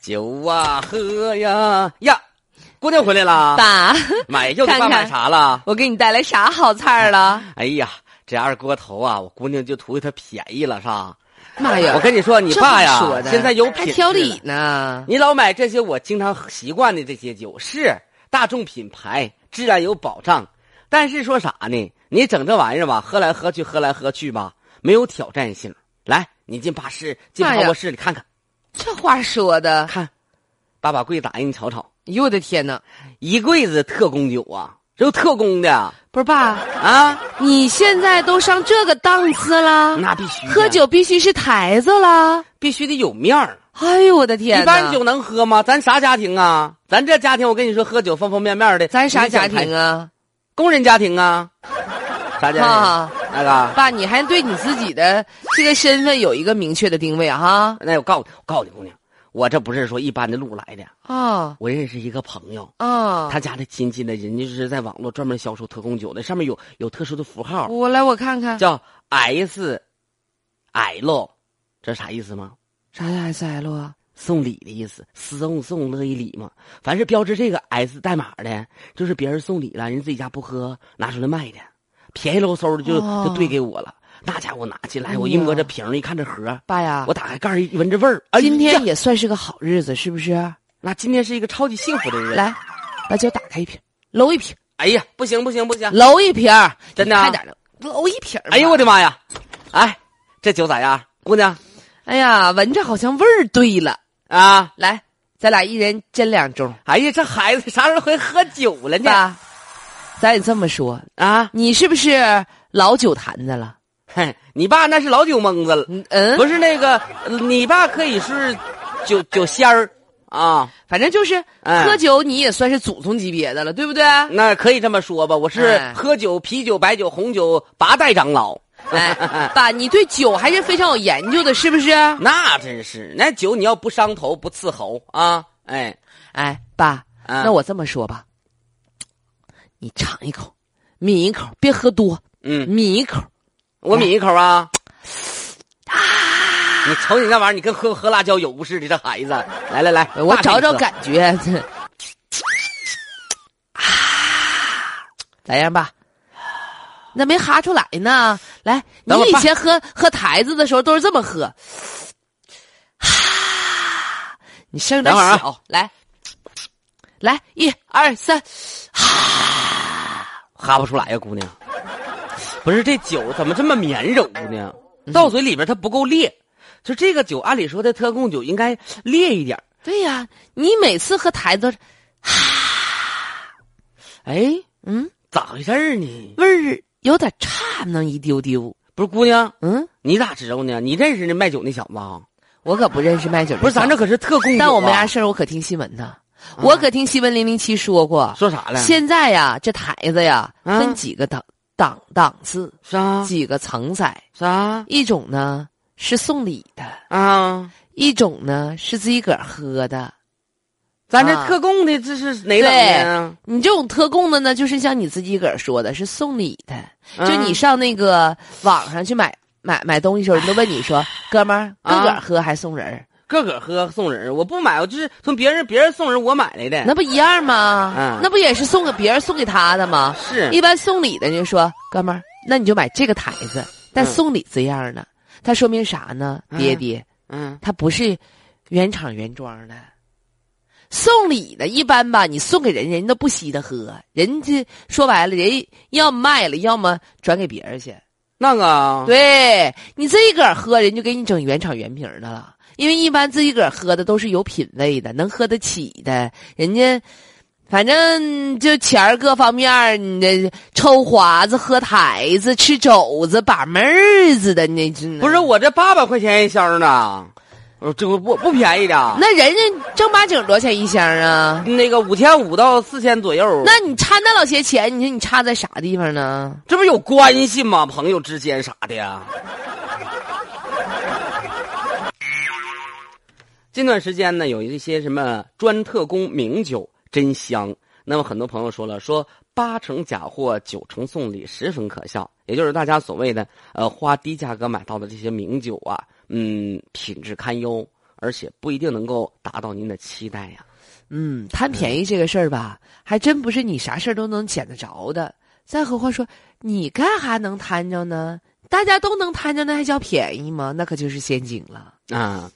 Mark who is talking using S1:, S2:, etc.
S1: 酒啊喝呀呀，姑娘回来啦！
S2: 爸，
S1: 买柚子
S2: 看
S1: 饭买
S2: 看
S1: 啥了？
S2: 我给你带来啥好菜儿 了？
S1: 哎呀，这二锅头啊，我姑娘就图它便宜了，是吧？
S2: 妈呀
S1: 我跟你说，你
S2: 这
S1: 爸
S2: 么
S1: 呀
S2: 说，的
S1: 现在有
S2: 还
S1: 品
S2: 挑
S1: 质
S2: 理
S1: 了
S2: 呢？
S1: 你老买这些我经常习惯的这些酒，是大众品牌，质量有保障。但是说啥呢？你整这玩意儿吧，喝来喝去，喝来喝去吧，没有挑战性。来，你进吧室，进
S2: 妈
S1: 泡
S2: 呀
S1: 沫室里看看
S2: 这话说的，
S1: 看，爸把柜打开，你瞅瞅，
S2: 哎呦我的天哪！
S1: 一柜子特供酒啊，这有特供的啊
S2: 不是爸，
S1: 啊，
S2: 你现在都上这个档次啦？
S1: 那必须的
S2: 喝酒必须是台子啦！
S1: 必须得有面儿。
S2: 哎呦我的天哪！
S1: 一般酒能喝吗？咱啥家庭啊？咱这家庭，我跟你说，喝酒方方面面的。
S2: 咱啥
S1: 你想
S2: 家
S1: 谈
S2: 庭啊？
S1: 工人家庭啊，啥家庭？
S2: 啊
S1: 那个，
S2: 爸，你还对你自己的这个身份有一个明确的定位啊哈
S1: 那我告诉我告诉你姑娘，我这不是说一般的路来的。
S2: 啊
S1: 我认识一个朋友，
S2: 啊！
S1: 他家的亲戚呢，人家就是在网络专门销售特供酒的，上面有有特殊的符号，
S2: 我来我看看
S1: 叫 S L，这啥意思吗？
S2: 啥叫 S L 啊？
S1: 送礼的意思，送送乐意礼嘛。凡是标志这个 S 代码的，就是别人送礼了，人自己家不喝，拿出来卖的，便宜喽嗖的就、
S2: 哦
S1: 就兑给我了。那家伙拿进
S2: 哎
S1: 来，
S2: 呀
S1: 我一摸这瓶儿，一看这盒儿，
S2: 爸呀，
S1: 我打开盖儿一闻这味儿，哎呀
S2: 今天也算是个好日子，是不是？
S1: 那今天是一个超级幸福的日子。，
S2: 来，把酒打开一瓶，搂一瓶，
S1: 哎呀，不行不行不行！
S2: 搂一瓶儿，
S1: 真的啊
S2: 快啊点的，搂一瓶。
S1: 哎呦我的，妈呀！哎，这酒咋样，姑娘
S2: 哎呀，闻着好像味儿对了。
S1: 啊？
S2: 来，咱俩一人斟两盅，
S1: 哎呀，这孩子啥时候会喝酒了呢？
S2: 爸。咱也这么说，
S1: 啊，
S2: 你是不是老酒坛子了？
S1: 嘿，你爸那是老酒蒙子了。
S2: 嗯嗯，
S1: 不是那个，呃你爸可以是酒酒仙儿啊，
S2: 反正就是、
S1: 哎
S2: 喝酒，你也算是祖宗级别的了，对不对？
S1: 那可以这么说吧。我是
S2: 哎
S1: 喝酒、啤酒、白酒、红酒八代长老，
S2: 哎，爸，你对酒还是非常有研究的，是不是？
S1: 那真是那酒你要不伤头不刺喉啊，哎，
S2: 哎，爸，
S1: 嗯
S2: 那我这么说吧，你尝一口，抿一口，别喝多，
S1: 嗯，
S2: 抿一口。
S1: 我抿一口啊。
S2: 哎
S1: 你瞅你那玩意儿，你跟喝喝辣椒油似的，这孩子。来来来，
S2: 我
S1: 大
S2: 找找
S1: 杯喝
S2: 感觉。 啊，咋啊样吧？那没哈出来呢。来，你
S1: 等会儿
S2: 以
S1: 爸
S2: 前喝喝台子的时候都是这么喝。啊，你声有点
S1: 等会儿啊
S2: 小，来，来，一二三，
S1: 哈不出来呀、姑娘。不是这酒怎么这么绵柔呢？
S2: 嗯
S1: 到嘴里边它不够烈，就这个酒，按理说的特供酒应该烈一点儿。
S2: 对呀、你每次喝台子，
S1: 哎，
S2: 嗯，
S1: 咋回事儿呢？
S2: 味儿有点差那么一丢丢。
S1: 不是姑娘，
S2: 嗯，
S1: 你咋知道呢？你认识那卖酒那小子啊？
S2: 我可不认识卖酒的
S1: 不是，咱
S2: 小
S1: 这可是特供酒、啊。嗯
S2: 但我没啥事儿，我可听新闻呢。我可听新闻零零七说过，
S1: 说啥了？
S2: 现在呀，这台子呀
S1: 啊
S2: 分几个档档档次，
S1: 啥
S2: 几个层次。
S1: 啥
S2: 一种呢是送礼的，
S1: 啊？
S2: 一种呢是自己个儿喝的。
S1: 咱这
S2: 啊
S1: 特供的这是哪等的啊？
S2: 你这种特供的呢，就是像你自己个儿说的，是送礼的。
S1: 啊
S2: 就你上那个网上去买买买东西的时候，人都问你说：“哥们儿，
S1: 啊
S2: 自个儿喝还送人儿，
S1: 个个喝送人，我不买，我就是从别人别人送人我买来的。
S2: 那不一样吗？
S1: 嗯
S2: 那不也是送给别人送给他的吗？
S1: 是
S2: 一般送礼的人就说：“哥们儿，那你就买这个台子，但
S1: 嗯
S2: 送礼字样儿呢，它说明啥呢？
S1: 嗯
S2: 爹爹，
S1: 嗯，
S2: 它不是原厂原装的。送礼的，一般吧，你送给人，人家都不稀得喝，人家说白了，人要么卖了，要么转给别人去。
S1: 那个
S2: 对你自己个儿喝，人就给你整原厂原瓶儿的了。因为一般自己个儿喝的都是有品位的，能喝得起的，人家反正就钱儿各方面儿，你这抽华子、喝台子、吃肘子、把门儿子的，那真的
S1: 不是我这八百块钱一箱呢，我这个不不便宜的，
S2: 那人家正八经多少钱一箱啊？
S1: 那个五千五到四千左右，
S2: 那你差那老些钱，你说你差在啥地方呢？
S1: 这不有关系吗？朋友之间啥的呀。近段时间呢，有一些什么专特供名酒真香。那么很多朋友说了，说八成假货，九成送礼，十分可笑。也就是大家所谓的呃花低价格买到的这些名酒啊，嗯，品质堪忧，而且不一定能够达到您的期待呀。
S2: 嗯，贪便宜这个事儿吧，还真不是你啥事儿都能捡得着的。再何况说，你干哈能贪着呢？大家都能贪着，那还叫便宜吗？那可就是陷阱了。
S1: 啊，